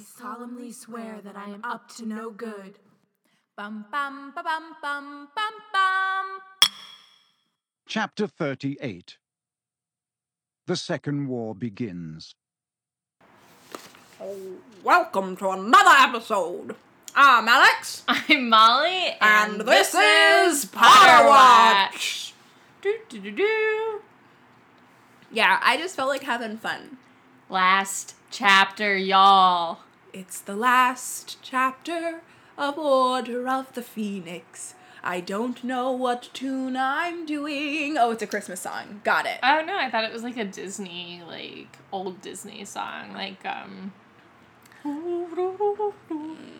solemnly swear that I am up to no good. Bum bum ba bum bum bum bum. Chapter 38 The Second War Begins. Welcome to another episode. I'm Alex, I'm Molly, and, this, is Potter Watch. Do do do do. Yeah, I just felt like having fun. Last chapter, y'all. It's the last chapter of Order of the Phoenix. I don't know what tune I'm doing. Oh, it's a Christmas song. Got it. Oh no, I thought it was like a Disney, like old Disney song, like um. oh,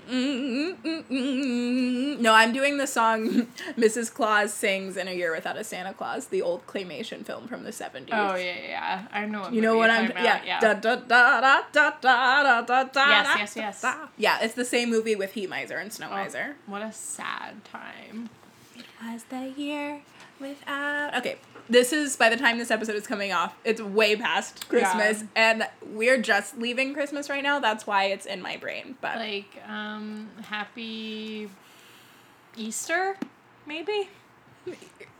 Mm, No, I'm doing the song Mrs. Claus sings in A Year Without a Santa Claus, the old claymation film from the 70s. Oh yeah, yeah, yeah. I know. What You know movie what you're I'm talking yeah. about, Da, da, da, da, da, da, da, da, da, Yes, da, yes, da, yes. da. Yeah, it's the same movie with Heat Miser and Snow Oh, Miser. What a sad time. Was the year without Okay. This is by the time this episode is coming off, it's way past Christmas. And we're just leaving Christmas right now. That's why it's in my brain. But Like um, happy Easter, maybe.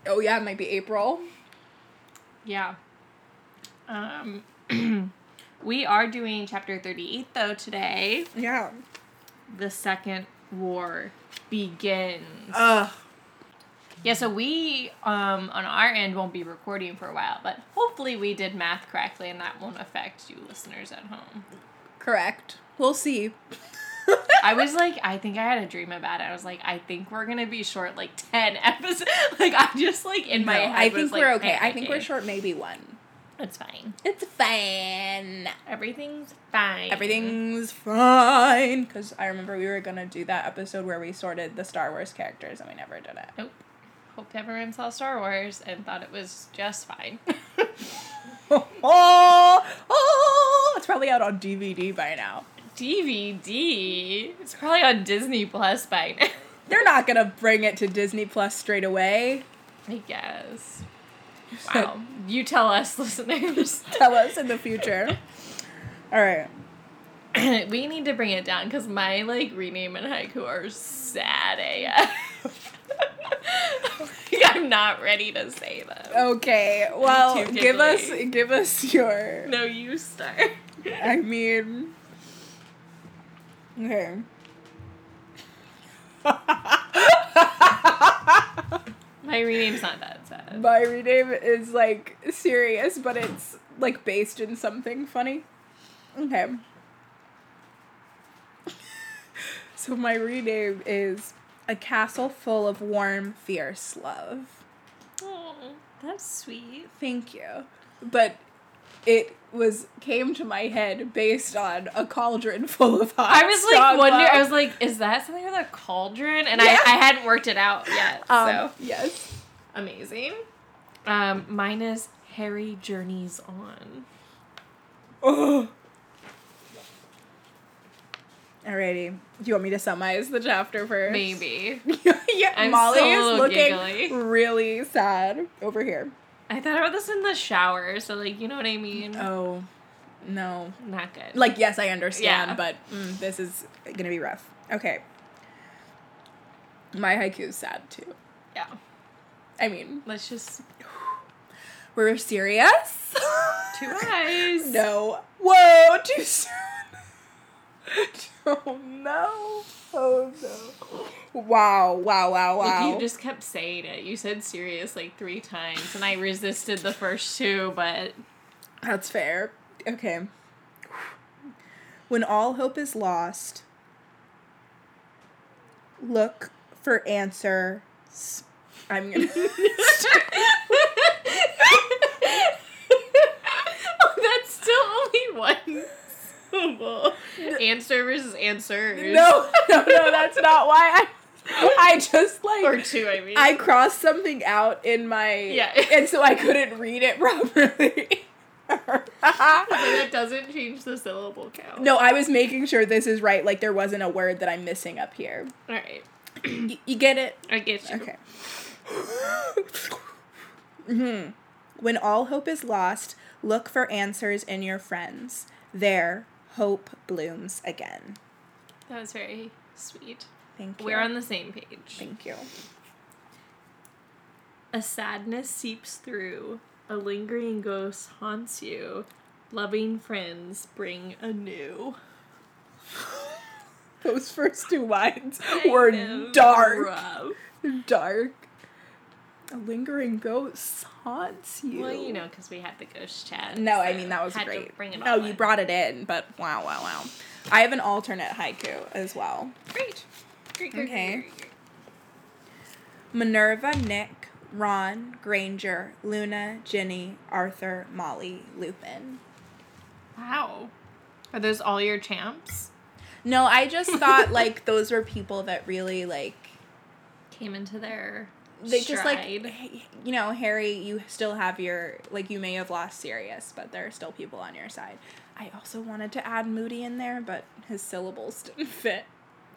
oh yeah, it might be April. Yeah. Um, we are doing chapter 38 though today. Yeah. The second war begins. Ugh. yeah, so we um on our end won't be recording for a while, but hopefully we did math correctly and that won't affect you listeners at home. Correct. We'll see. I was like, I think I had a dream about it. I was like, I think we're gonna be short like 10 episodes. Like I just like in my No, head I was, think like, we're okay. I think we're panicking. short maybe one. It's fine. It's fine. Everything's fine. Everything's fine. Because I remember we were going to do that episode where we sorted the Star Wars characters and we never did it. Nope. Hope everyone saw Star Wars and thought it was just fine. Oh, oh, oh, it's probably out on DVD by now. DVD. It's probably on Disney Plus by now. They're not going to bring it to Disney Plus straight away. I guess. Wow. you tell us, listeners. Tell us in the future. All right. we need to bring it down because my like rename and haiku are sad AF. Like, I'm not ready to say them. Oh. Okay. Well, Too give us giggly. give us your No, you start. I mean, okay. my rename's not that sad. My rename is like serious, but it's like based in something funny. Okay. so my rename is a castle full of warm, fierce love. Oh, that's sweet. Thank you. But it was came to my head based on a cauldron full of hot. I was like strong wondering. love. I was like, is that something with a cauldron? And Yeah. I, I hadn't worked it out yet. um, so yes. amazing. Um, mine is Harry journeys on. Ugh. Alrighty. Do you want me to summarize the chapter first? Maybe yeah, I'm Molly still a is little looking giggly. really sad over here. I thought about this in the shower. So like, you know what I mean? Oh, no. Not good. Like, yes, I understand, Yeah. but mm, this is gonna be rough. Okay. My haiku's sad too. yeah. I mean, Let's just we're serious? two eyes. No. Whoa, too soon. oh no. Oh no. Wow, wow, wow, wow. Like, you just kept saying it. You said serious like three times, and I resisted the first two, but That's fair. Okay. When all hope is lost, look for answer. s- I'm gonna. Oh, that's still only one syllable. Answer versus answers. no, no, no, that's not why. I, I just like. Or two, I mean. I crossed something out in my. Yeah. And so I couldn't read it properly. But that doesn't change the syllable count. no, I was making sure this is right. Like there wasn't a word that I'm missing up here. Alright. Y- you get it? I get you. Okay. Mhm. When all hope is lost, look for answers in your friends. There, hope blooms again. That was very sweet. Thank you. We're on the same page. Thank you. A sadness seeps through, a lingering ghost haunts you. Loving friends bring a new. Those first two lines were dark. Dark. A lingering ghost haunts you. Well, you know, because we had the ghost chat. No, I so mean that was had to great. bring it no, all you in. brought it in, but wow, wow, wow. I have an alternate haiku as well. Great. Great, great, Okay. great, great, great. Minerva, Nick, Ron, Granger, Luna, Jenny, Arthur, Molly, Lupin. Wow. Are those all your champs? No, I just thought like those were people that really like Came into their they just like stride. h- you know Harry, you still have your like you may have lost Sirius, but there are still people on your side. I also wanted to add Moody in there, but his syllables didn't fit.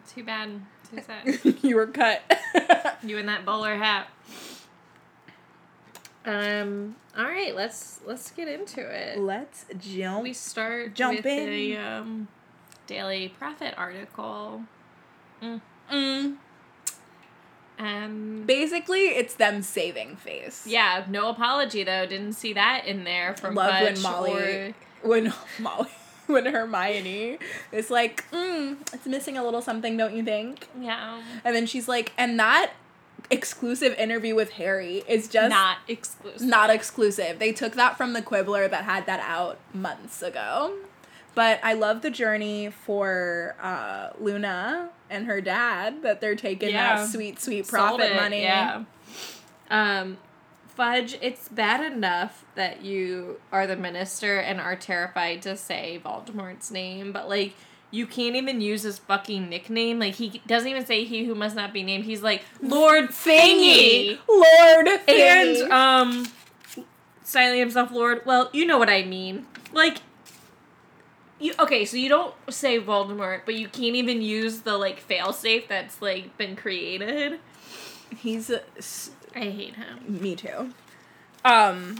Too bad. Too sad. you were cut. you in that bowler hat. Um. All right. Let's let's get into it. Let's jump. we start Jump with in. a um, daily profit article. Mm. Um, Basically, it's them saving face. yeah, no apology though. Didn't see that in there from love Fudge when Molly, or- when Molly, when Hermione is like, mm, it's missing a little something, don't you think? yeah, And then she's like, and that exclusive interview with Harry is just not, not exclusive. exclusive. They took that from the Quibbler that had that out months ago. But I love the journey for uh, Luna and her dad that they're taking Yeah. that sweet, sweet Sold profit it, money. Yeah. Um, Fudge, it's bad enough that you are the minister and are terrified to say Voldemort's name, but like you can't even use his fucking nickname. Like he doesn't even say he who must not be named. He's like Lord Thingy. Lord Thingy. And um styling himself Lord. Well, you know what I mean. Like you okay, so you don't say Voldemort, but you can't even use the like failsafe that's like been created. he's a s- I hate him. me too. Um,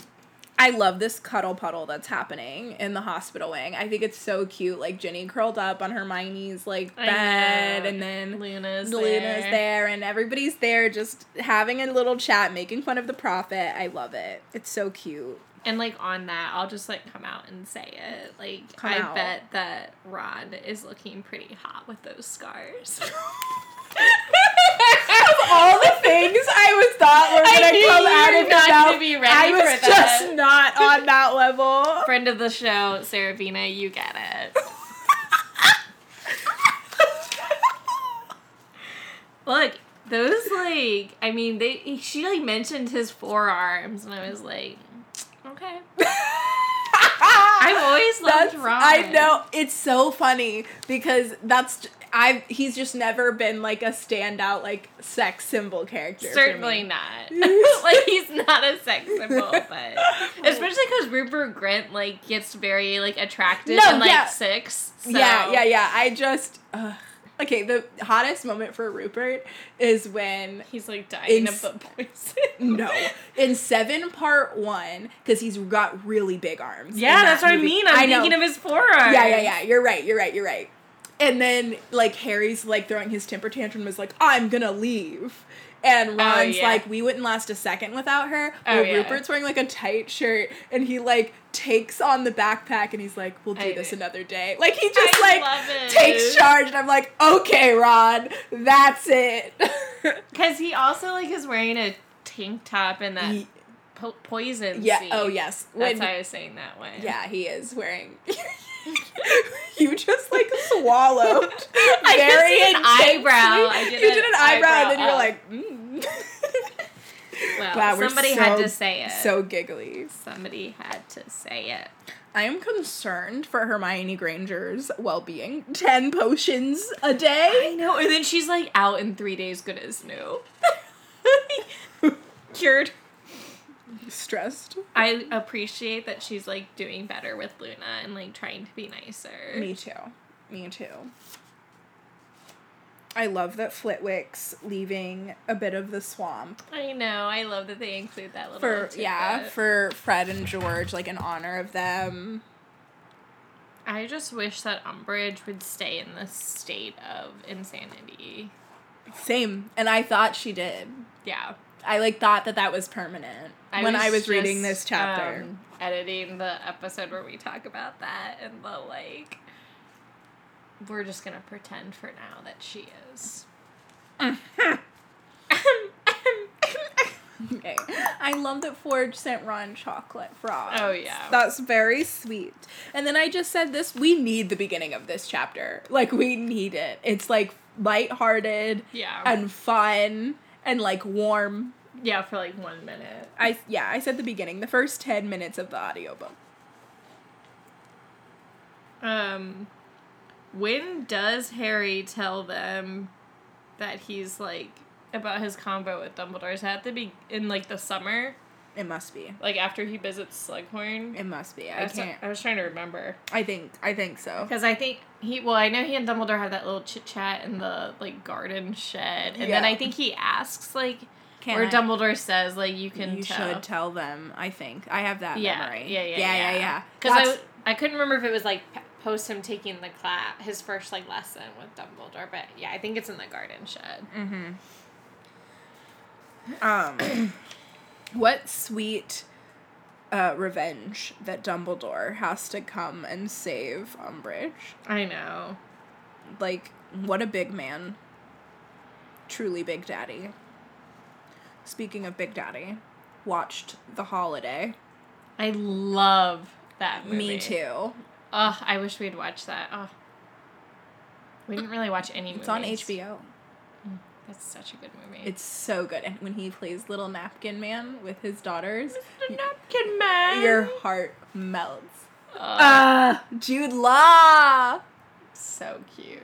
I love this cuddle puddle that's happening in the hospital wing. I think it's so cute. Like Ginny curled up on Hermione's like I bed, know. and then Luna's Luna's there. there, and everybody's there just having a little chat, making fun of the prophet. I love it. It's so cute. And like on that, I'll just like come out and say it. Like Come I out. bet that Ron is looking pretty hot with those scars. Of all the things I was thought were I gonna knew come you out were of not your gonna mouth, be ready I was for that. just not on that level. Friend of the show, Serafina, you get it. Look, those like I mean they she like mentioned his forearms and I was like, okay. I've always loved That's- Ron. I know it's so funny because that's I. He's just never been like a standout like sex symbol character. for Certainly me. not. like he's not a sex symbol, but especially because Rupert Grint like gets very like attractive No, and like yeah. six. So. Yeah, yeah, yeah. I just ugh. okay. The hottest moment for Rupert is when He's like dying Ins- of the poison. no in seven part one because he's got really big arms. Yeah, in that's that what I movie. mean. I'm know. thinking of his forearm. Yeah, yeah, yeah. You're right. You're right. You're right. And then like Harry's like throwing his temper tantrum was like, I'm gonna leave. And Oh, Ron's yeah. like, we wouldn't last a second without her. Oh, Well, yeah. Rupert's wearing like a tight shirt and he like takes on the backpack and he's like, We'll do I- this another day. Like he just I love like it. takes charge and I'm like, Okay, Ron, that's it. Because he also like is wearing a tank top and that Ye- po- poison. yeah, scene. oh yes. That's When- why I was saying that way. Yeah, he is wearing. you just like swallowed. I just very did an intensely. eyebrow. I did you an did an eyebrow, and then you were eyebrow like, mm. Well, Wow, we're somebody had so- to say it. so giggly. somebody had to say it. I am concerned for Hermione Granger's well-being. Ten potions a day. No, and then she's like out in three days, good as new. Cured. Stressed. I appreciate that she's like doing better with Luna and like trying to be nicer. Me too. Me too. I love that Flitwick's leaving a bit of the swamp I know. I love that they include that little. for tidbit. yeah for Fred and George, like in honor of them I just wish that Umbridge would stay in this state of insanity. Same. And I thought she did. Yeah. I like thought that that was permanent when I was reading just, this chapter. um, editing the episode where we talk about that and the like. We're just gonna pretend for now that she is. Okay. I love that Forge sent Ron chocolate frogs. Oh, yeah. That's very sweet. And then I just said this we need the beginning of this chapter. Like we need it. It's like lighthearted Yeah. and fun and like warm. yeah, for like one minute. I yeah, I said the beginning, the first 10 minutes of the audiobook. Um, when does Harry tell them that he's like about his convo with Dumbledore? Is that at the be in like the summer, It must be. like after he visits Slughorn? It must be. I That's- can't I was trying to remember I think I think so. because I think he. Well, I know he and Dumbledore have that little chit chat in the like garden shed, and then Yeah. I think he asks like, Can or I- Dumbledore says like, "You can You tell." should tell them, I think. I have that yeah, memory. yeah, yeah, yeah, yeah. Because I, That's- w- I couldn't remember if it was like p- post him taking the class, his first like lesson with Dumbledore, but yeah, I think it's in the garden shed. Mm. Um, what sweet uh, revenge that Dumbledore has to come and save Umbridge. I know. Like, what a big man. Truly Big Daddy. Speaking of Big Daddy, watched The Holiday. I love that movie. Me too. Oh, I wish we'd watched that. Oh. We didn't really watch any It's on movies. HBO. That's such a good movie. It's so good. And when he plays Little Napkin Man with his daughters, the Napkin Man. your heart melts. Oh, Jude Law! so cute.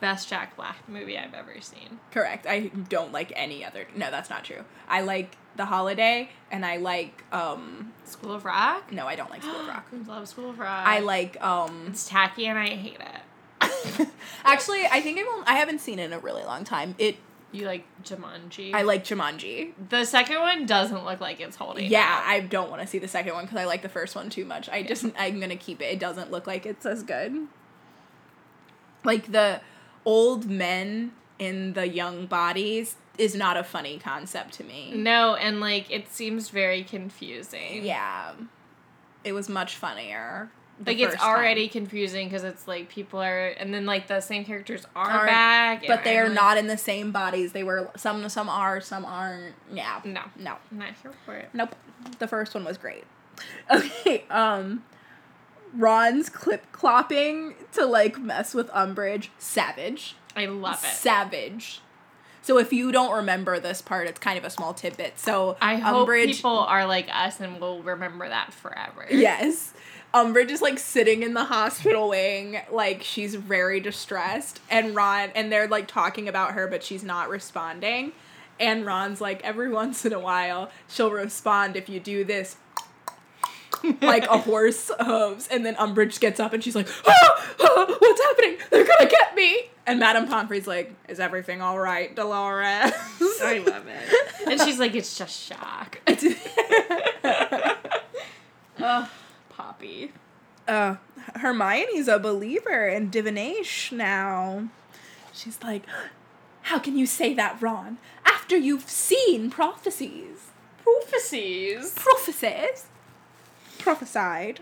Best Jack Black movie I've ever seen. Correct. I don't like any other. No, that's not true. I like The Holiday, and I like. um School of Rock. No, I don't like School of Rock. Love School of Rock. I like. um It's tacky and I hate it. Actually, I think I've only, I haven't seen it in a really long time. It. You like Jumanji? I like Jumanji. the second one doesn't look like it's holding. Yeah, I don't want to see the second one because I like the first one too much. I just I'm gonna keep it. It doesn't look like it's as good. Like the old men in the young bodies is not a funny concept to me. No, and like it seems very confusing. Yeah. It was much funnier. the Like it's first time. already confusing because it's like people are, and then like the same characters are Aren't- back, But they are and, not in the same bodies. They were some some are, some aren't. Yeah. No. No. I'm not here for it. Nope. The first one was great. Okay, um Ron's clip clopping to like mess with Umbridge. Savage. I love it. Savage. So if you don't remember this part, it's kind of a small tidbit. So I hope Umbridge people are like us and will remember that forever. Yes. Umbridge is like sitting in the hospital wing, like she's very distressed, and Ron and they're like talking about her, but she's not responding. And Ron's like, every once in a while, she'll respond if you do this, like a horse hooves. And then Umbridge gets up and she's like, "Ah! Ah! what's happening? They're gonna get me. And Madame Pomfrey's like, is everything all right, Dolores? I love it. and she's like, it's just shock. Ugh, Poppy. uh, Hermione's a believer in divination now. She's like, How can you say that, Ron? After you've seen prophecies. Prophecies. Prophecies? Prophesied.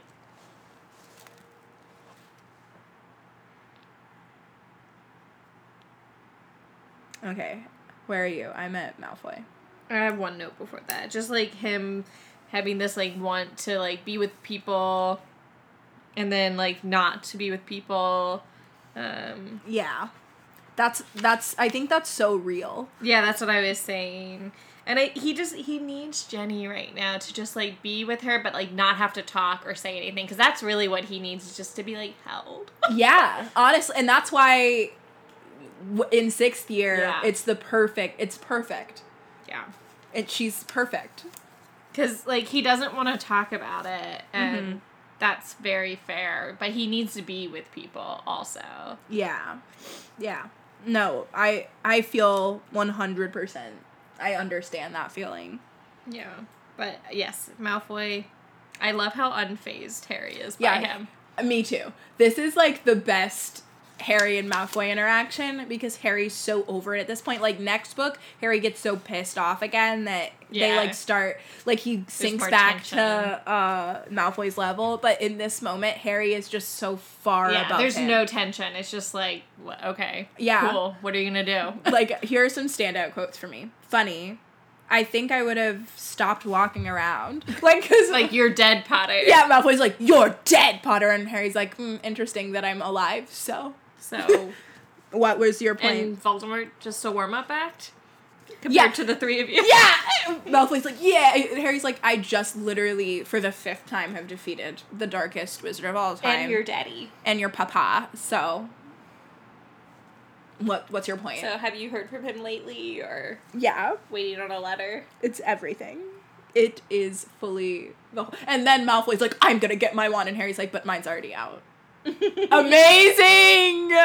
Okay, where are you? I'm at Malfoy. I have one note before that. Just like him having this like want to like be with people and then like not to be with people. Um Yeah. That's that's I think that's so real. yeah, that's what I was saying. And I, he just he needs Jenny right now to just like be with her but like not have to talk or say anything cuz that's really what he needs is just to be like held. yeah honestly and that's why w- in sixth year Yeah. it's the perfect it's perfect Yeah. and she's perfect Cuz like he doesn't want to talk about it and that's very fair, but he needs to be with people also. yeah yeah no i i feel 100% i understand that feeling Yeah. But yes, Malfoy. I love how unfazed Harry is by Yeah. him. Me too. This is like the best Harry and Malfoy interaction because Harry's so over it at this point. Like next book, Harry gets so pissed off again that they Yeah. like start like he sinks more back tension. to uh Malfoy's level, but in this moment Harry is just so far Yeah, above there's him. no tension. It's just like, wh- okay, Yeah. cool. What are you gonna do? like here are some standout quotes for me. Funny. I think I would have stopped walking around. Like cuz like you're dead, Potter. yeah, Malfoy's like, "You're dead, Potter," and Harry's like, hmm, "Interesting that I'm alive." So, So what was your plan? and Voldemort just a warm up act compared Yeah. to the three of you. yeah. Malfoy's like, yeah. And Harry's like, I just literally, for the fifth time, have defeated the darkest wizard of all time. and your daddy. and your papa. So, what what's your point? So have you heard from him lately, or yeah, waiting on a letter? it's everything. It is fully the whole. And then Malfoy's like, I'm gonna get my wand, and Harry's like, but mine's already out. Amazing.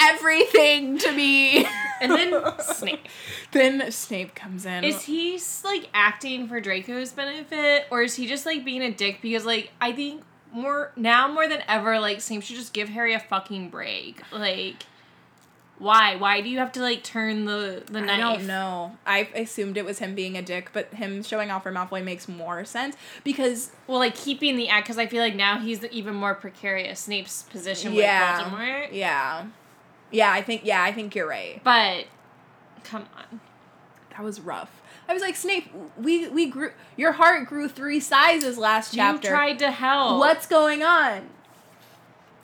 everything to me. And then Snape. then Snape comes in. Is he s- like acting for Draco's benefit, or is he just like being a dick? Because like I think more now more than ever, like Snape should just give Harry a fucking break. Like, why? Why do you have to like turn the the knife? I don't know. I assumed it was him being a dick, but him showing off for Malfoy makes more sense because Well, like keeping the act because I feel like now he's even more precarious Snape's position yeah, with Voldemort. yeah, yeah. I think yeah, I think you're right. But come on, That was rough. I was like Snape, we we grew your heart grew three sizes last chapter. you tried to help. What's going on?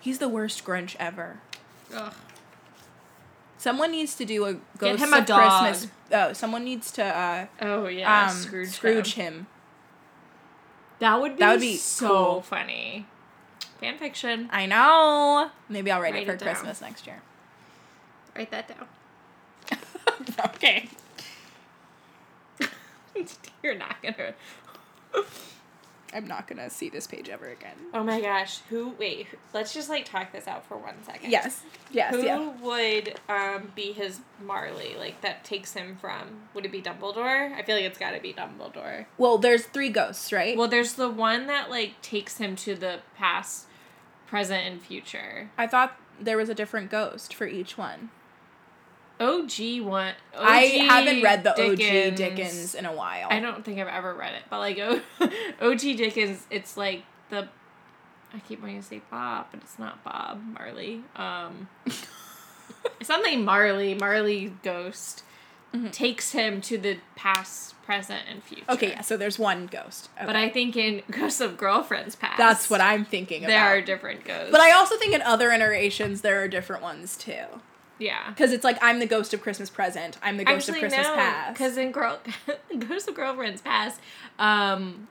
He's the worst Grinch ever. Ugh. Someone needs to do a Get Ghosts him a of dog. Christmas. Oh, someone needs to uh, Oh yeah, um, Scrooge. Scrooge, him. him. That would be That would be so cool. funny. Fan fiction. I know. Maybe I'll write, Write it for it down. Christmas next year. Write that down. okay. You're not gonna. I'm not gonna see this page ever again. Oh my gosh. Who? Wait. Let's just like talk this out for one second. Yes. Yes. Who Yeah. would um, be his Marley? Like that takes him from? Would it be Dumbledore? I feel like it's got to be Dumbledore. Well, there's three ghosts, right? Well, there's the one that like takes him to the past, present, and future. I thought there was a different ghost for each one. OG one. OG I haven't read the OG Dickens in a while. I don't think I've ever read it, but like O- OG Dickens, it's like the I keep wanting to say Bob, but it's not Bob Marley. Um, something Marley, Marley Ghost, takes him to the past, present, and future. Mm-hmm. Okay. Yeah. So there's one ghost. Okay. but I think in Ghosts of Girlfriends Past, that's what I'm thinking there are about. different ghosts. but I also think in other iterations there are different ones too. yeah. Because it's like I'm the ghost of Christmas present. I'm the ghost Actually, of Christmas no, past. because in Girl Ghosts of Girlfriends Past, um,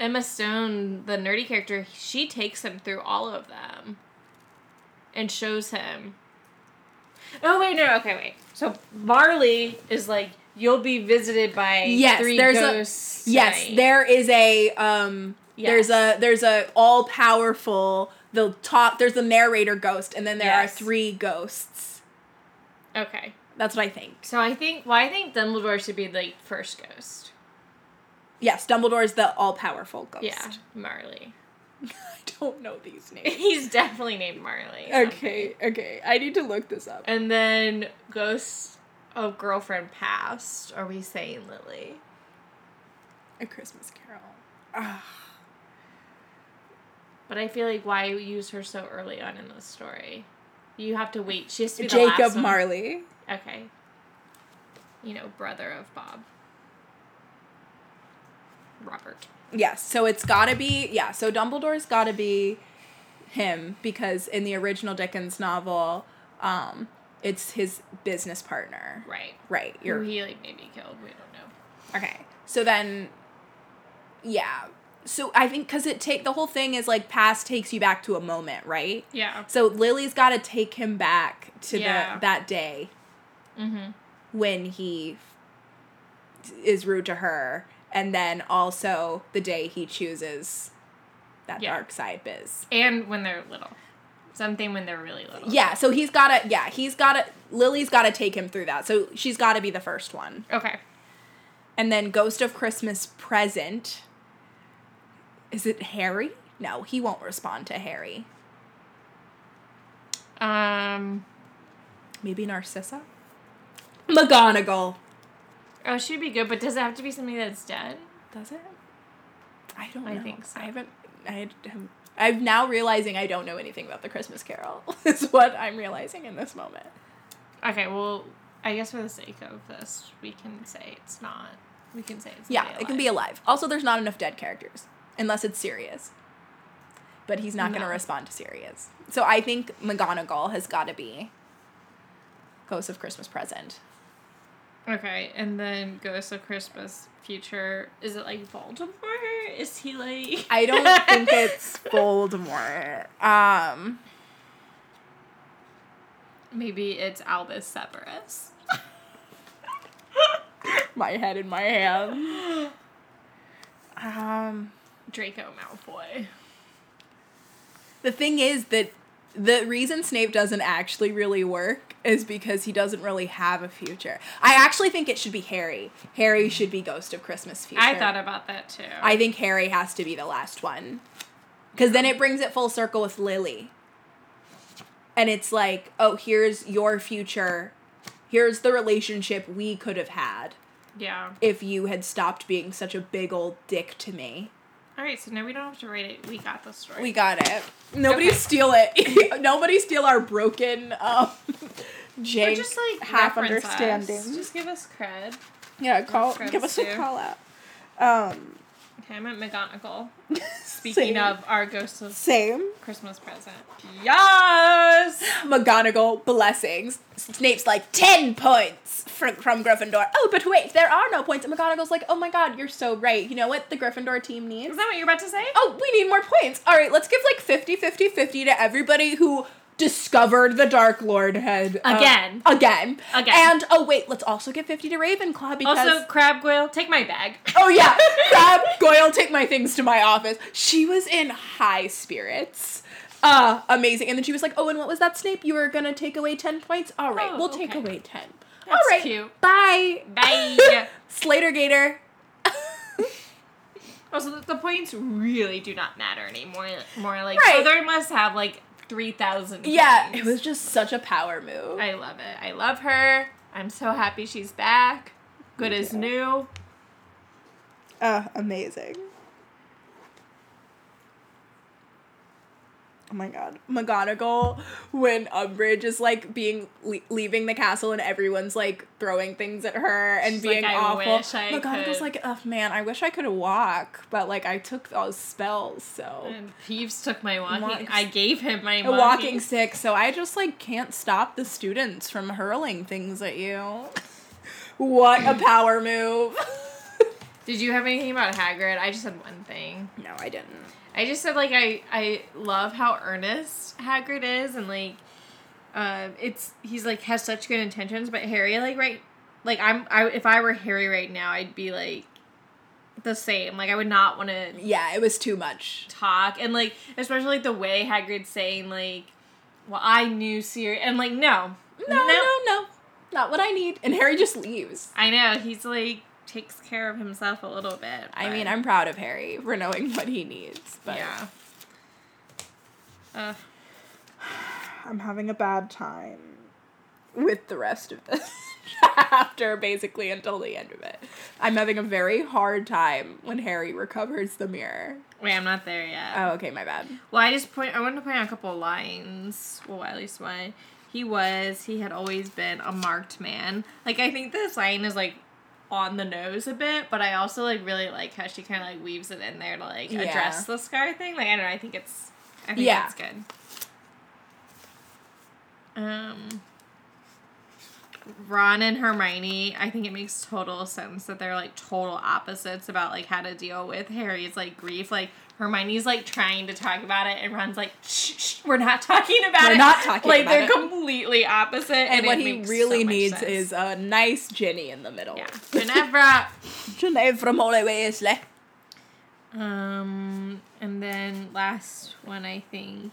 Emma Stone, the nerdy character, she takes him through all of them, and shows him. Oh wait, no, okay, wait. So Marley is like you'll be visited by Yes, three there's a- ghosts. Yes, tonight." there is a um there's Yes. a there's a all powerful the top there's the narrator ghost and then there Yes. are three ghosts. Okay, That's what I think. so I think well, I think Dumbledore should be like first ghost. Yes, Dumbledore is the all powerful ghost. Yeah, Marley. I don't know these names. He's definitely named Marley. something. okay, okay. I need to look this up. And then Ghosts of Girlfriend Past. Are we saying Lily? A Christmas Carol. But I feel like why use her so early on in the story? You have to wait. She has to be the last Jacob one. Marley. Okay. You know, brother of Bob. Robert. Yes, so it's gotta be yeah, so Dumbledore's gotta be him because in the original Dickens novel, um, it's his business partner. Right. Right. Who You're he like maybe killed. We don't know. Okay. So then, yeah. So I think because it take the whole thing is like past takes you back to a moment, right? Yeah. So Lily's got to take him back to Yeah. the that day Mm-hmm. when he f- is rude to her, and then also the day he chooses that Yeah. dark side biz. And when they're little. Something when they're really little. Yeah. So he's got to. Yeah, he's got to. Lily's got to take him through that. So she's got to be the first one. Okay. And then Ghost of Christmas Present. Is it Harry? No, he won't respond to Harry. Um. Maybe Narcissa? McGonagall. Oh, she'd be good, but does it have to be something that's dead? Does it? I don't know. I think so. I haven't. I have I'm now realizing I don't know anything about the Christmas Carol. Is what I'm realizing in this moment. Okay, well, I guess for the sake of this, we can say it's not. We can say it's Yeah, somebody it can alive. be alive. Also, there's not enough dead characters unless it's Sirius. But he's not going No. to respond to Sirius. So I think McGonagall has got to be Ghost of Christmas Present. Okay, and then Ghost of Christmas Future. Is it like Voldemort? Is he like? I don't think it's Voldemort. Um, Maybe it's Albus Severus. my head in my hand. Um, Draco Malfoy. the thing is that the reason Snape doesn't actually really work is because he doesn't really have a future. I actually think it should be Harry. Harry should be Ghost of Christmas Future. I thought about that too. I think Harry has to be the last one. Because then it brings it full circle with Lily. And it's like, oh, here's your future. Here's the relationship we could have had yeah. if you had stopped being such a big old dick to me. All right, so now we don't have to write it. We got the story. We got it. Nobody Okay. steal it. Nobody steal our broken, um, Or jank, just like half reference us. understanding. Just give us cred. yeah, call, reference give us to. a call out. Um, Okay, I'm at McGonagall. Speaking same- of our Ghost of same. Christmas present. Yes. McGonagall blessings. Snape's like ten points from, from Gryffindor. Oh, but wait, there are no points. And McGonagall's like, oh my god, you're so right. You know what the Gryffindor team Is needs? that what you're about to say? Oh, we need more points. All right, let's give like 50, 50, 50 to everybody who discovered the Dark Lord head uh, Again. again, Again. And oh wait, let's also give fifty to Ravenclaw because also, Crab Goyle, take my bag. oh yeah, Crab Goyle, take my things to my office. She was in high spirits. Uh, amazing. And then she was like, "Oh, and what was that, Snape? You were gonna take away ten points. All right, Oh, we'll take okay. away ten. That's All right, cute. bye, Bye. Slater Gator. Also, the, the points really do not matter anymore. More like Right. Slytherin must have like three thousand. yeah, it was just such a power move. I love it. I love her. I'm so happy she's back. Good as new. Uh, amazing. Oh my god. McGonagall, when Umbridge is like being le- leaving the castle and everyone's like throwing things at her and She's like, being "I awful. wish I McGonagall's could." like, oh man, I wish I could walk, but like I took those spells, so. And Peeves took my walking. Walks. I gave him my A walking. walking stick, so I just like can't stop the students from hurling things at you. what a power move. Did you have anything about Hagrid? I just had one thing. no, I didn't. I just said like I I love how earnest Hagrid is and like um it's he's like has such good intentions but Harry like right like I'm I if I were Harry right now I'd be like the same like I would not want to Yeah, it was too much. talk and like especially like the way Hagrid's saying like well I knew Sirius and like no no, no, no, not what I need. And Harry just leaves. I know he's like takes care of himself a little bit I but- mean, I'm proud of Harry for knowing what he needs, but yeah Ugh. I'm having a bad time with the rest of this chapter, basically until the end of it. I'm having a very hard time when Harry recovers the mirror. wait I'm not there yet Oh, okay, my bad. Well, I just point. I wanted to point out a couple lines. Well, at least one. He was. He had always been a marked man. Like I think this line is like on the nose a bit, but I also like really like how she kind of like weaves it in there to like Yeah. address the scar thing. Like I don't know. I think it's. I think Yeah. it's good. Um. Ron and Hermione, I think it makes total sense that they're like total opposites about like how to deal with Harry's like grief. Like Hermione's like trying to talk about it, and Ron's like, shh, shh we're not talking about We're it. not talking like about they're it. completely opposite. And, And, what it he makes really so much needs sense. is a nice Ginny in the middle. yeah, Ginevra. Ginny from Holy Weasley. um, and then last one, I think.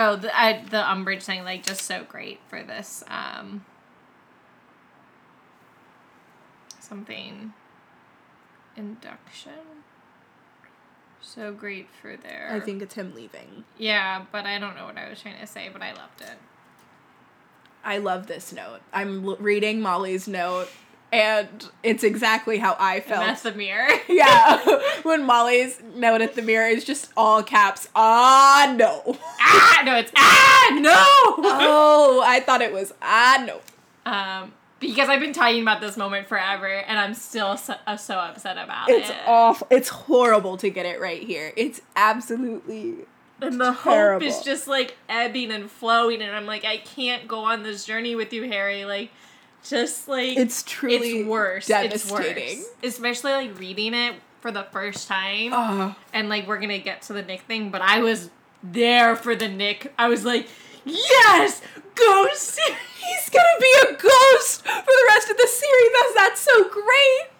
Oh, the I, the Umbridge thing, like just so great for this. Um, something induction. So great for their. I think it's him leaving. Yeah, but I don't know what I was trying to say, but I loved it. I love this note. I'm l- reading Molly's note, and it's exactly how I And felt. that's the mirror. yeah, when Molly's note at the mirror is just all caps. Ah no, ah, no, it's ah, no. oh, I thought it was ah no. Um, because I've been talking about this moment forever, and I'm still so, uh, so upset about It's it. awful. It's horrible to get it right here. It's absolutely and the terrible. hope is just like ebbing and flowing, and I'm like, I can't go on this journey with you, Harry. Like, just like It's truly it's worse. devastating. It's worse, especially like reading it for the first time. Ah. and like we're gonna get to the Nick thing, but I was there for the Nick. I was like, yes, go see. He's gonna be a ghost for the rest of the series. That's, that's so great.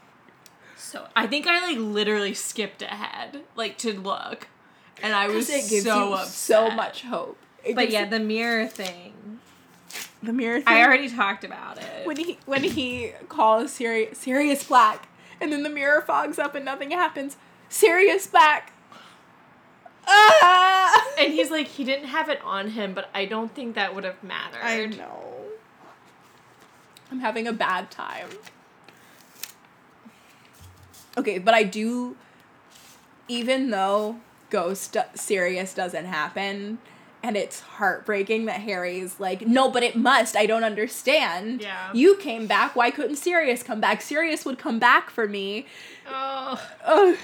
So I think I like literally skipped ahead, like to look, and I was It gives so you upset. so much hope. It But gives yeah, you- the mirror thing. the mirror. Thing. I already talked about it. when he when he calls Siri Sirius Black, and then the mirror fogs up and nothing happens. Sirius Black. Ah! and he's like, he didn't have it on him, but I don't think that would have mattered. I know. I'm having a bad time. Okay, but I do. Even though Ghost do- Sirius doesn't happen, and it's heartbreaking that Harry's like, no, but it must. I don't understand. Yeah. You came back. Why couldn't Sirius come back? Sirius would come back for me. Oh, Ugh.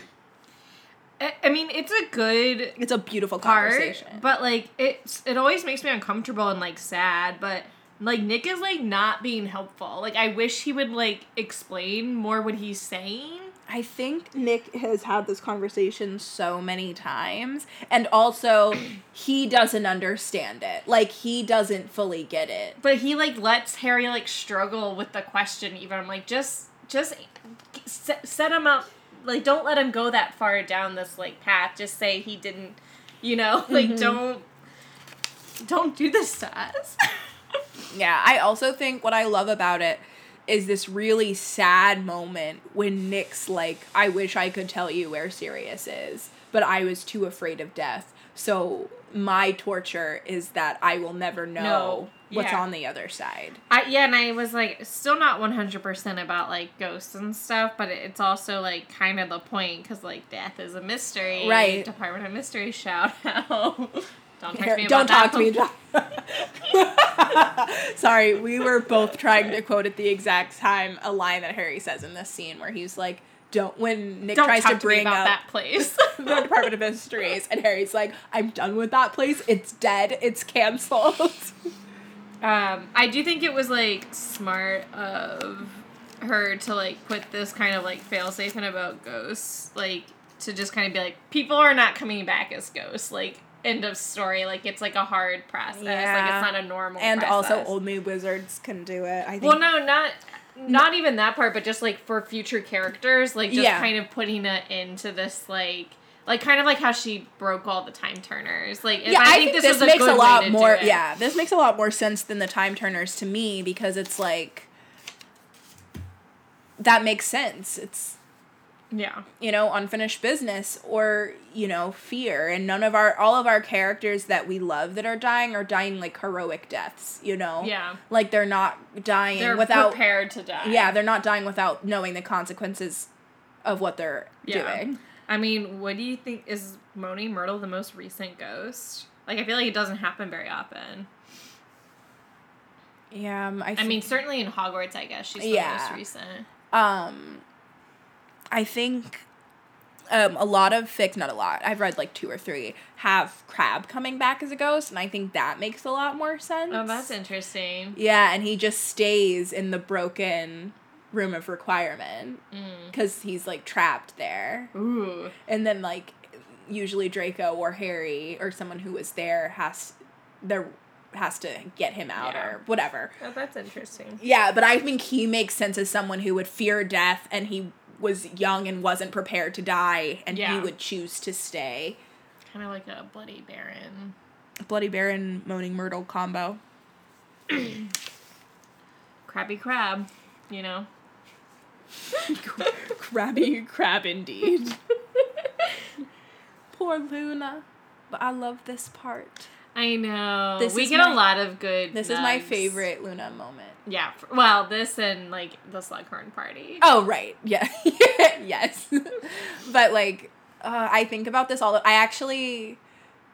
I, I mean, it's a good It's a beautiful part, conversation. but like it's it always makes me uncomfortable and like sad. But like Nick is like not being helpful. Like I wish he would like explain more what he's saying. I think Nick has had this conversation so many times, and also he doesn't understand it. Like he doesn't fully get it. But he like lets Harry like struggle with the question. Even I'm like just just set, set him up. Like don't let him go that far down this like path. Just say he didn't. You know like Mm-hmm. don't don't do this to us. Yeah, I also think what I love about it is this really sad moment when Nick's like, "I wish I could tell you where Sirius is, but I was too afraid of death." So my torture is that I will never know No, what's yeah. on the other side. I, yeah, and I was like, still not one hundred percent about like ghosts and stuff, but it- it's also like kind of the point because like death is a mystery, Right. Department of Mystery shout out. Don't talk to me. About Don't talk that to me. Sorry, we were both trying to quote at the exact time a line that Harry says in this scene where he's like, "Don't." When Nick Don't tries talk to bring me about up that place. the Department of Mysteries, and Harry's like, "I'm done with that place. It's dead. It's canceled." um, I do think it was like smart of her to like put this kind of like failsafe in about ghosts, like to just kind of be like, people are not coming back as ghosts, like. End of story. Like it's like a hard process. Yeah. Like it's not a normal. and also, process. only wizards can do it. I think. Well, no, not not even that part, but just like for future characters, like just Yeah. kind of putting it into this like. Like kind of like how she broke all the time turners. Like and yeah, I, think, this, was a makes good a way lot to do more. it. Yeah, this makes a lot more sense than the time turners to me because it's like that makes sense. It's yeah, you know unfinished business or you know fear and none of our all of our characters that we love that are dying are dying like heroic deaths you know Yeah. like they're not dying they're without prepared to die. yeah they're not dying without knowing the consequences of what they're Yeah. doing I mean, what do you think is Moni Myrtle the most recent ghost? Like, I feel like it doesn't happen very often. yeah um, I, I thi- mean, certainly in Hogwarts, I guess she's the Yeah. most recent. um i think um, a lot of fic not a lot i've read like two or three have crab coming back as a ghost and i think that makes a lot more sense Oh, that's interesting. Yeah, and he just stays in the broken room of requirement Mm. because he's like trapped there. Ooh, And then, like, usually Draco or Harry or someone who was there has there has to get him out Yeah. or whatever. oh, that's interesting. Yeah, but I think he makes sense as someone who would fear death and he was young and wasn't prepared to die and he Yeah. would choose to stay. Kind of like a bloody baron. Bloody Baron Moaning Myrtle combo. crabby crab, you know. Crabby crab indeed. Poor Luna. But I love this part. I know. This we is get my- a lot of good. This is my nugs. favorite Luna moment. Yeah. f- Well, this and like the Slughorn party. Oh right, yeah, yes. but like, uh, I think about this all. The- I actually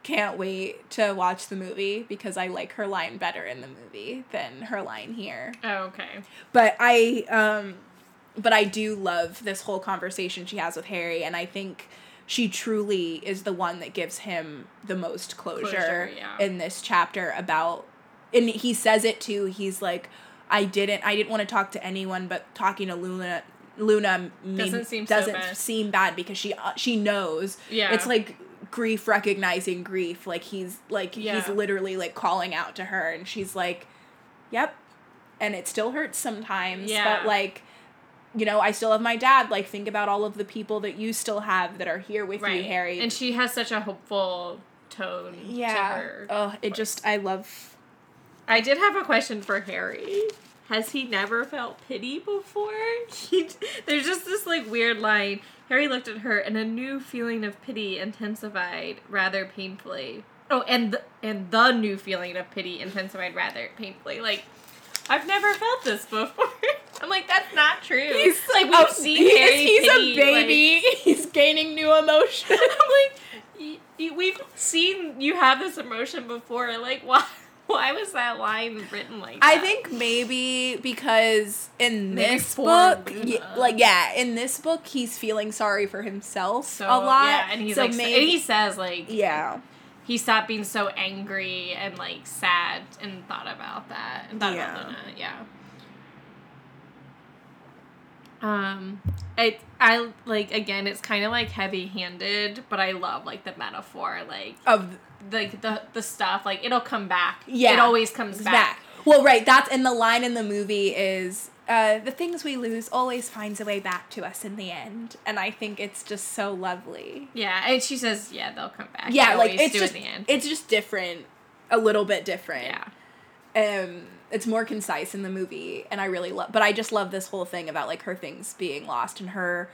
can't wait to watch the movie because I like her line better in the movie than her line here. Oh, okay. But I, um, but I do love this whole conversation she has with Harry, and I think she truly is the one that gives him the most closure, Closure, yeah. in this chapter about and he says it too he's like i didn't i didn't want to talk to anyone but talking to luna luna made- Doesn't seem so doesn't bad." seem bad because she uh, she knows Yeah. it's like grief recognizing grief like he's like he's Yeah. literally like calling out to her and she's like yep and it still hurts sometimes Yeah. but like you know i still have my dad like think about all of the people that you still have that are here with you Right. harry And she has such a hopeful tone to her. oh it just i love I did have a question for Harry. Has he never felt pity before? He, there's just this like weird line. Harry looked at her, and a new feeling of pity intensified rather painfully. Oh, and the, and the new feeling of pity intensified rather painfully. Like I've never felt this before. I'm like that's not true. like we've oh, seen he is- Harry he's pity, a like- baby he's gaining new emotions I'm like, y- y- we've seen you have this emotion before. Like, why? Why was that line written like? I that? think maybe because in Maybe this for book, Luna. y- like yeah, in this book he's feeling sorry for himself so. a lot. yeah, and he's so like, maybe and he says like, yeah, he stopped being so angry and like sad and thought about that and thought Yeah. about Luna. Yeah. Um, it I like again. It's kind of like heavy-handed, but I love like the metaphor, like of like the the stuff. Like it'll come back. Yeah. it always comes back. back. Well, right. That's and the line in the movie is uh, the things we lose always finds a way back to us in the end, and I think it's just so lovely. Yeah, and she says, "Yeah, they'll come back." Yeah, They like always it's do just in the end. it's just different, a little bit different. yeah, um it's more concise in the movie and i really love but i just love this whole thing about like her things being lost and her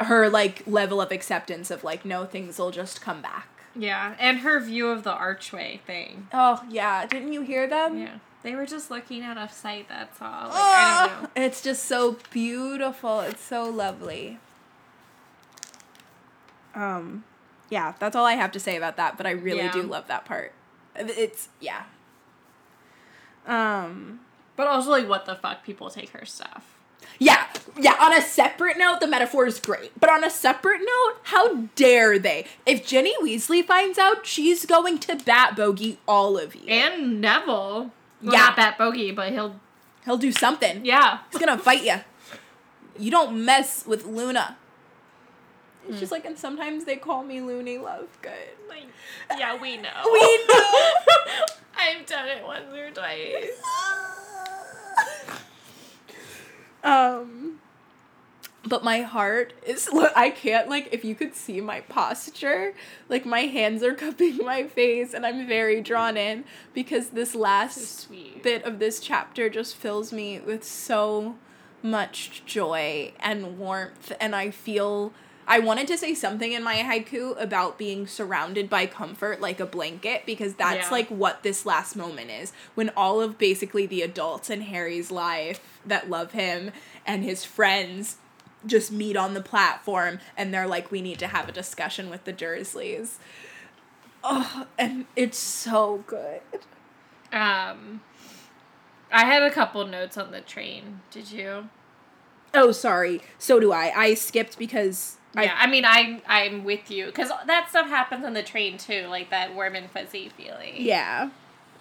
her like level of acceptance of like no things will just come back yeah, and her view of the archway thing. oh yeah didn't you hear them Yeah, they were just looking out of sight. That's all. Like, I don't know. it's just so beautiful it's so lovely um yeah that's all i have to say about that but i really Yeah. do love that part it's yeah um But also, like, what the fuck? People take her stuff. Yeah, yeah. On a separate note, the metaphor is great. But on a separate note, how dare they? If Jenny Weasley finds out, she's going to bat bogey all of you. And Neville, well, Yeah. not Bat Bogey, but he'll, He'll do something. yeah, He's gonna fight you. You don't mess with Luna. And She's like, and sometimes they call me Loony Love. Good. like, yeah, we know. We know. I've done it once or twice. um but my heart is look, i can't like if you could see my posture like my hands are cupping my face and i'm very drawn in because this last sweet. bit of this chapter just fills me with so much joy and warmth and i feel i wanted to say something in my haiku about being surrounded by comfort like a blanket because that's Yeah. like what this last moment is when all of basically the adults in harry's life that love him and his friends just meet on the platform and they're like we need to have a discussion with the dursleys oh and it's so good Um, I had a couple notes on the train. Did you? Oh, sorry. So do I. I skipped because yeah, I mean, I'm I'm with you because that stuff happens on the train too, like that warm and fuzzy feeling. I yeah.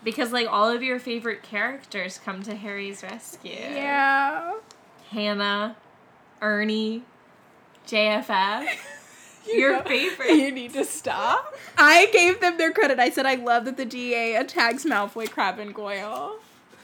because like all of your favorite characters come to Harry's rescue. Yeah. Hannah, Ernie, JFF, You your know, favorite. You need to stop. I gave them their credit. I said I love that the DA attacks Malfoy, Crab, and Goyle.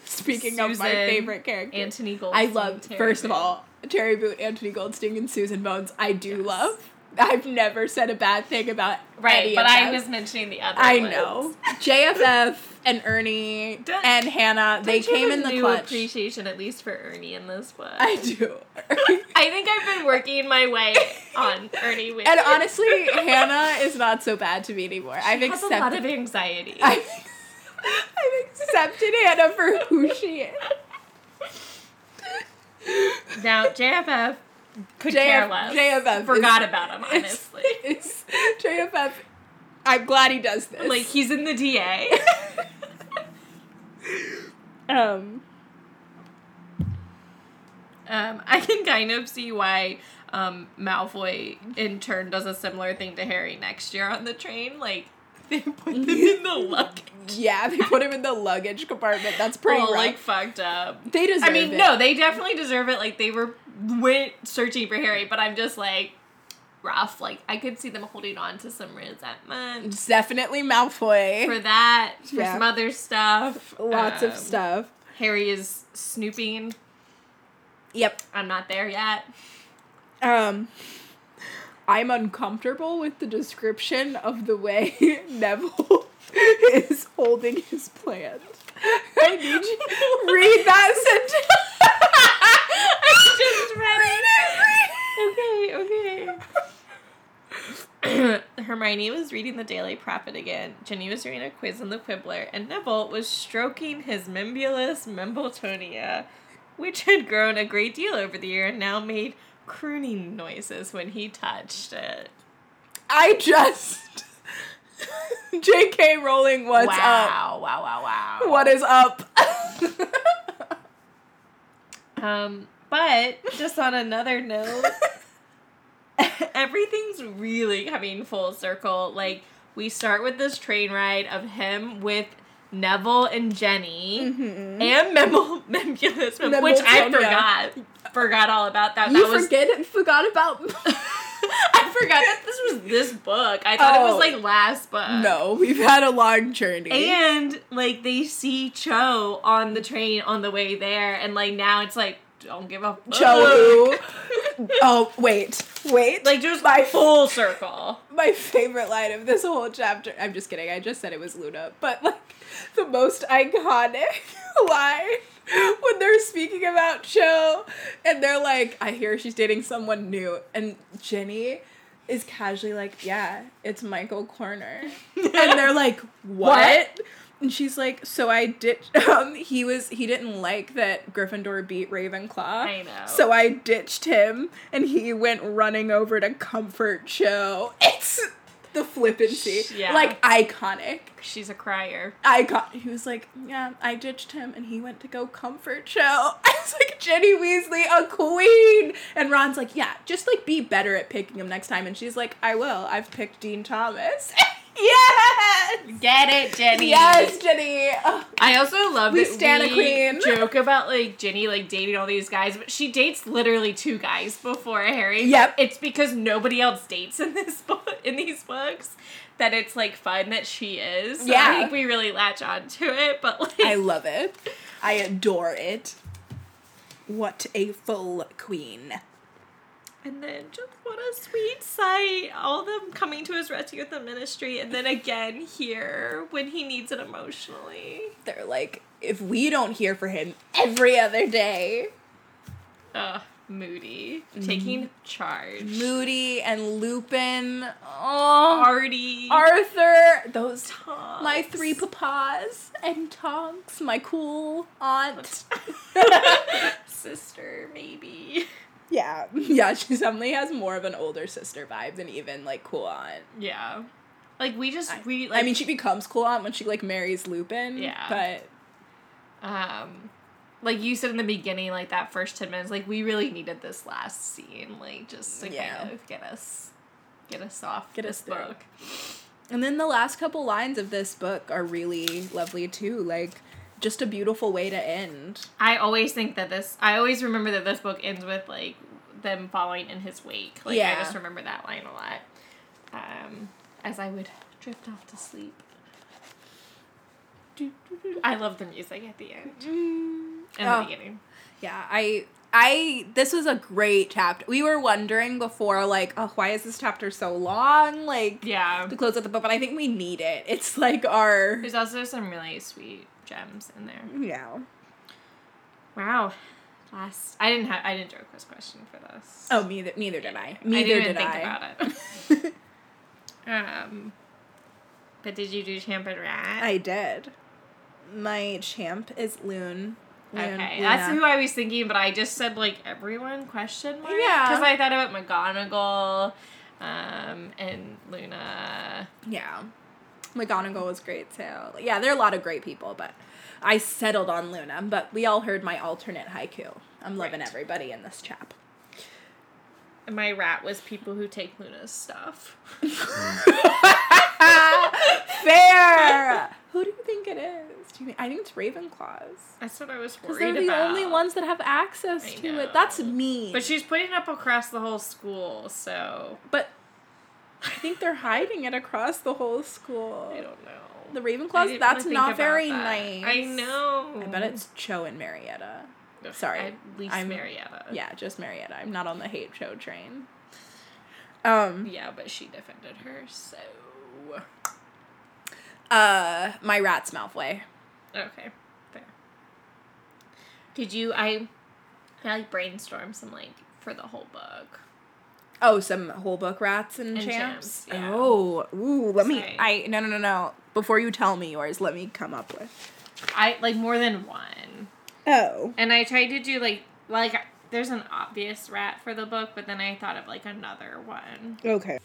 Speaking of my Susan favorite characters. Anthony I Goldstein. love Terry first of Boone. all, Terry Boot, Anthony Goldstein, and Susan Bones. I do Yes. love. I've never said a bad thing about Right, any but of I them. was mentioning the other. I ones. know. JFF and Ernie Don't- and Hannah, they Don't you came have in a the new clutch. appreciation at least for Ernie in this book. I do. I think I've been working my way on Ernie with and honestly, Hannah is not so bad to me anymore. I've has a lot accepted of anxiety. I've, I've accepted Hannah for who she is. now JFF could care less. JFF Forgot is- about him is- honestly. is- JFF. I'm glad he does this. like he's in the DA. um, um, I can kind of see why um, Malfoy in turn does a similar thing to Harry next year on the train. Like they put them in the luggage. yeah, they put him in the luggage compartment. That's pretty all rough. Oh, like fucked up. they deserve I mean, it. no, they definitely deserve it. Like they were went searching for Harry, but I'm just like rough. Like I could see them holding on to some resentment definitely Malfoy. for that, for Yeah. some other stuff. Lots Um, of stuff. Harry is snooping. Yep. I'm not there yet. Um, I'm uncomfortable with the description of the way Neville is holding his plant. I need you read that sentence. I just read it. Okay, okay. Hermione was reading the Daily Prophet again. Ginny was doing a quiz on the Quibbler, and Neville was stroking his Mimbulus Mimbletonia, which had grown a great deal over the year and now made crooning noises when he touched it. I just. J.K. Rowling, uh, what's up? wow, wow, wow, wow. What is up? Um, but just on another note, everything's really coming full circle. Like we start with this train ride of him with Neville and Jenny Mm-hmm. and Mem- Memulus, Mem- which I Memultonia. forgot. Forgot all about that. you that was forget forgot about. I forgot that this was this book. I thought it Oh. was like last book. no, we've had a long journey. And like they see Cho on the train on the way there, and like now it's like don't give a fuck. Cho who? oh wait, wait. like just My- my full circle. my favorite line of this whole chapter. I'm just kidding. I just said it was Luna, but like the most iconic line when they're speaking about Cho and they're like, "I hear she's dating someone new," and Jenny is casually like, "Yeah, it's Michael Corner," and they're like, "What?" And she's like, "So I did. Um, he was. He didn't like that Gryffindor beat Ravenclaw. I know. So I ditched him, and he went running over to comfort Cho. It's the flippancy, Yeah. like iconic. She's a crier. Icon. He was like, "Yeah, I ditched him, and he went to go comfort Cho." I was like, "Jenny Weasley, a queen." And Ron's like, "Yeah, just like be better at picking him next time." And she's like, "I will. I've picked Dean Thomas." yes. Get it, Jenny. Yes, Jenny. Ugh. I also love We that stan a we queen. joke about like Ginny like dating all these guys, but she dates literally two guys before Harry. Yep. It's because nobody else dates in this book in these books that it's like fun that she is. So Yeah. I think we really latch on to it, but like I love it. I adore it. What a full queen. and then just what a sweet sight. All of them coming to his rescue at the ministry and then again here when he needs it emotionally. They're like, if we don't hear for him every other day, Ugh, uh, Moody. Mm-hmm. Taking charge. Moody and Lupin, oh, Artie. Arthur, those Tonks. my three papas and Tonks, my cool aunt. sister, maybe. yeah, yeah, she suddenly has more of an older sister vibe than even like cool aunt. Yeah. Like we just we like I mean, she becomes cool aunt when she like marries Lupin. Yeah. but um like you said in the beginning, like that first ten minutes, like we really needed this last scene, like just to Yeah. kind of get us get us off Get this us through. book. And then the last couple lines of this book are really lovely too. Like, just a beautiful way to end. I always think that this I always remember that this book ends with like them following in his wake. Like Yeah. I just remember that line a lot. Um as I would drift off to sleep. I love the music at the end. And Oh. the beginning. Yeah, I I this was a great chapter. We were wondering before, like, oh, why is this chapter so long? Like, Yeah. to close out the book, but I think we need it. It's like our, There's also some really sweet gems in there. you know. Wow. Last I didn't have I didn't do a quiz question for this. Oh, neither neither did I. I Neither didn't even did think I. about it. um But did you do Champ and Rat? I did. My champ is Loon. Okay, Loon- that's Luna. who I was thinking, but I just said like everyone question mark. Yeah. because I thought about McGonagall, um, and Luna. Yeah. McGonagall was great too. Yeah, there are a lot of great people, but I settled on Luna. But we all heard my alternate haiku. I'm loving Right. everybody in this chap. And my rat was people who take Luna's stuff. Fair. who do you think it is? Do you, I think it's Ravenclaws. That's what I was Because worried they're the about. only ones that have access I to know. it. That's me. But she's putting up across the whole school, so but I think they're hiding it across the whole school. I don't know. The I Ravenclaws, didn't that's really not think very about that. nice. I know. I bet it's Cho and Marietta. Ugh, sorry, At least I'm- Marietta. Yeah, just Marietta. I'm not on the hate Cho train. Um, Yeah, but she defended her, so uh, my rat's Malfoy. Okay, fair. Did you? I, I like brainstorm some like for the whole book. Oh, some whole book rats and, And champs. champs, yeah. Oh, ooh, let me. Sorry. I no no no no. Before you tell me yours, let me come up with. I like more than one, Oh, and I tried to do like like there's an obvious rat for the book, but then I thought of like another one. okay.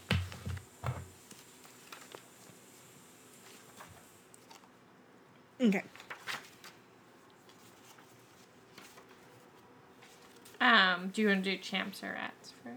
Okay. Um, do you want to do champs or rats first?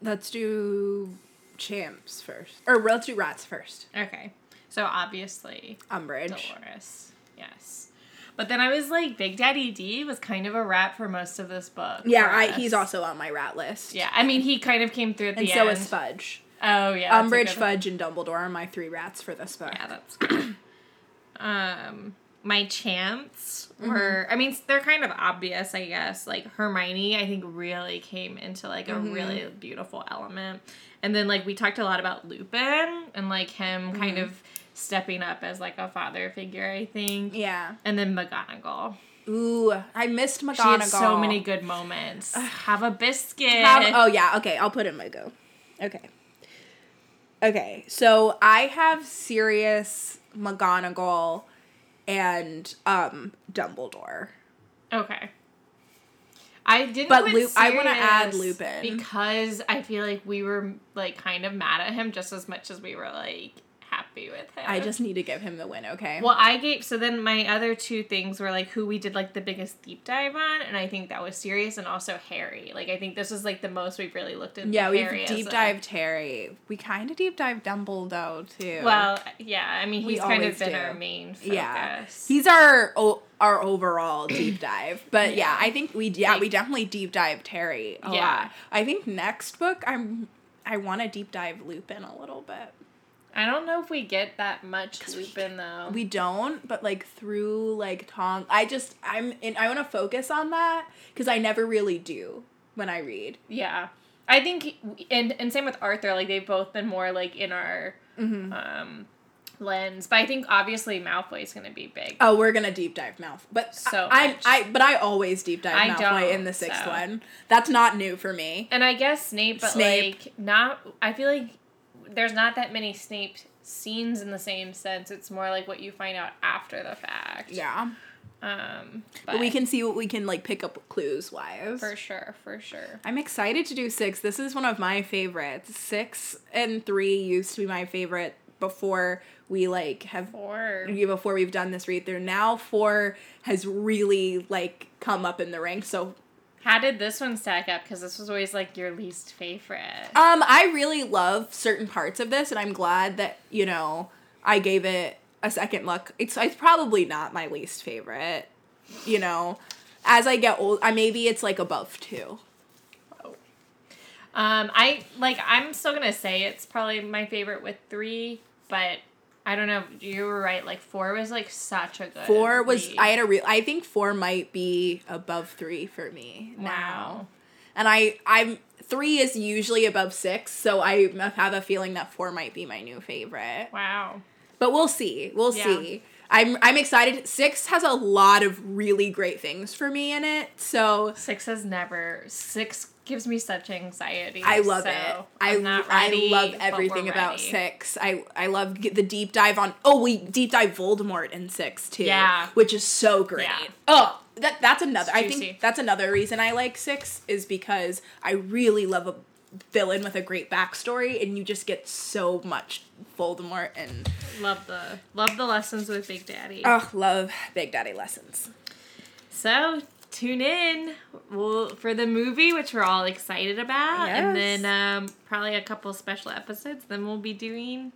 Let's do champs first, or let's do rats first. Okay, so obviously Umbridge. Dolores, yes. But then I was like, Big Daddy D was kind of a rat for most of this book. Yeah, for I, he's us. also on my rat list. Yeah, I mean, he kind of came through at and the end. so is Fudge. Oh yeah, that's a Umbridge, good one. Fudge, and Dumbledore are my three rats for this book. Yeah, that's. good. um, my chants Mm-hmm. were. I mean, they're kind of obvious, I guess. Like Hermione, I think really came into like a Mm-hmm. really beautiful element, and then like we talked a lot about Lupin and like him Mm-hmm. kind of stepping up as like a father figure. I think. yeah. And then McGonagall. Ooh, I missed McGonagall. She had so many good moments. Have a biscuit. Have- oh yeah. Okay, I'll put in my go. Okay. Okay, so I have Sirius, McGonagall, and um Dumbledore. Okay. I didn't. But put Lu- I wanna Sirius add Lupin. because I feel like we were like kind of mad at him just as much as we were like happy with him. I just need to give him the win. Okay. well, I gave so then my other two things were like who we did like the biggest deep dive on, and I think that was Sirius and also Harry. Like I think this is like the most we've really looked into. yeah, Harry we've as deep a- dived Harry. We kind of deep dived Dumbledore too. Well, yeah, I mean We he's kind of always been do. our main focus. Yeah, he's our o- our overall deep dive. But yeah, I think we yeah we definitely deep dive Terry a Yeah. lot. I think next book I'm I want to deep dive Lupin a little bit. I don't know if we get that much Lupin though. We don't, but like through like Tong, I just I'm and I want to focus on that because I never really do when I read. Yeah. I think he- and and same with Arthur, like they've both been more like in our Mm-hmm. um lens. But I think obviously Malfoy's gonna be big. Oh, we're gonna deep dive Malfoy, but So so I, much. I but I always deep dive I Malfoy don't, in the sixth so. one. That's not new for me. And I guess Snape, but Snape. like not I feel like there's not that many Snape scenes in the same sense. It's more like what you find out after the fact. Yeah, Um but, but we can see what we can like pick up clues wise. for sure, for sure. I'm excited to do six. This is one of my favorites. Six and three used to be my favorite before we like have Or yeah, before we've done this read through. Now four has really like come up in the ranks. So um how did this one stack up? Because this was always like your least favorite. um, I really love certain parts of this and I'm glad that, you know, I gave it a second look. It's it's probably not my least favorite, you know. As I get old I maybe it's like above two. Um, I like. I'm still gonna say it's probably my favorite with three, but I don't know. You were right. Like four was like such a good. Four was lead. I had a real. I think four might be above three for me now, Wow. and I I'm three is usually above six, so I m- have a feeling that four might be my new favorite. Wow. But we'll see. We'll Yeah. see. I'm I'm excited. Six has a lot of really great things for me in it, so Six has never. Six gives me such anxiety. I love so it. I'm I not ready, I love but everything we're about ready. Six. I I love g- the deep dive on. Oh, we deep dive Voldemort in Six too. Yeah. which is so great. Yeah. Oh, that that's another. I juicy. think that's another reason I like Six is because I really love a villain with a great backstory, and you just get so much Voldemort and Love the love the lessons with Big Daddy. oh, love Big Daddy lessons. So tune in well, for the movie, which we're all excited about, and Yes. then um, probably a couple special episodes. Then we'll be doing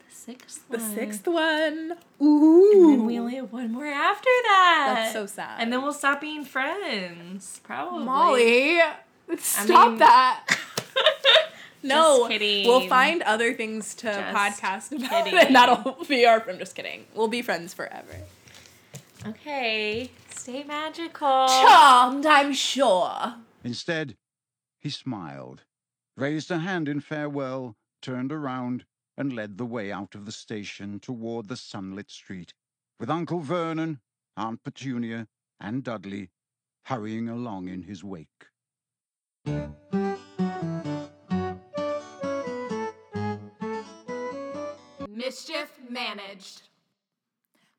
the sixth. The one. sixth one. Ooh, And Mm. we only have one more after that. That's so sad. And then we'll stop being friends. Probably. Molly, stop mean- that. No, Just kidding. we'll find other things to Just podcast about, kidding. and that'll be our. I'm just kidding. We'll be friends forever. okay. Stay magical. Charmed, I'm sure. Instead, he smiled, raised a hand in farewell, turned around, and led the way out of the station toward the sunlit street, with Uncle Vernon, Aunt Petunia, and Dudley hurrying along in his wake. Mischief managed.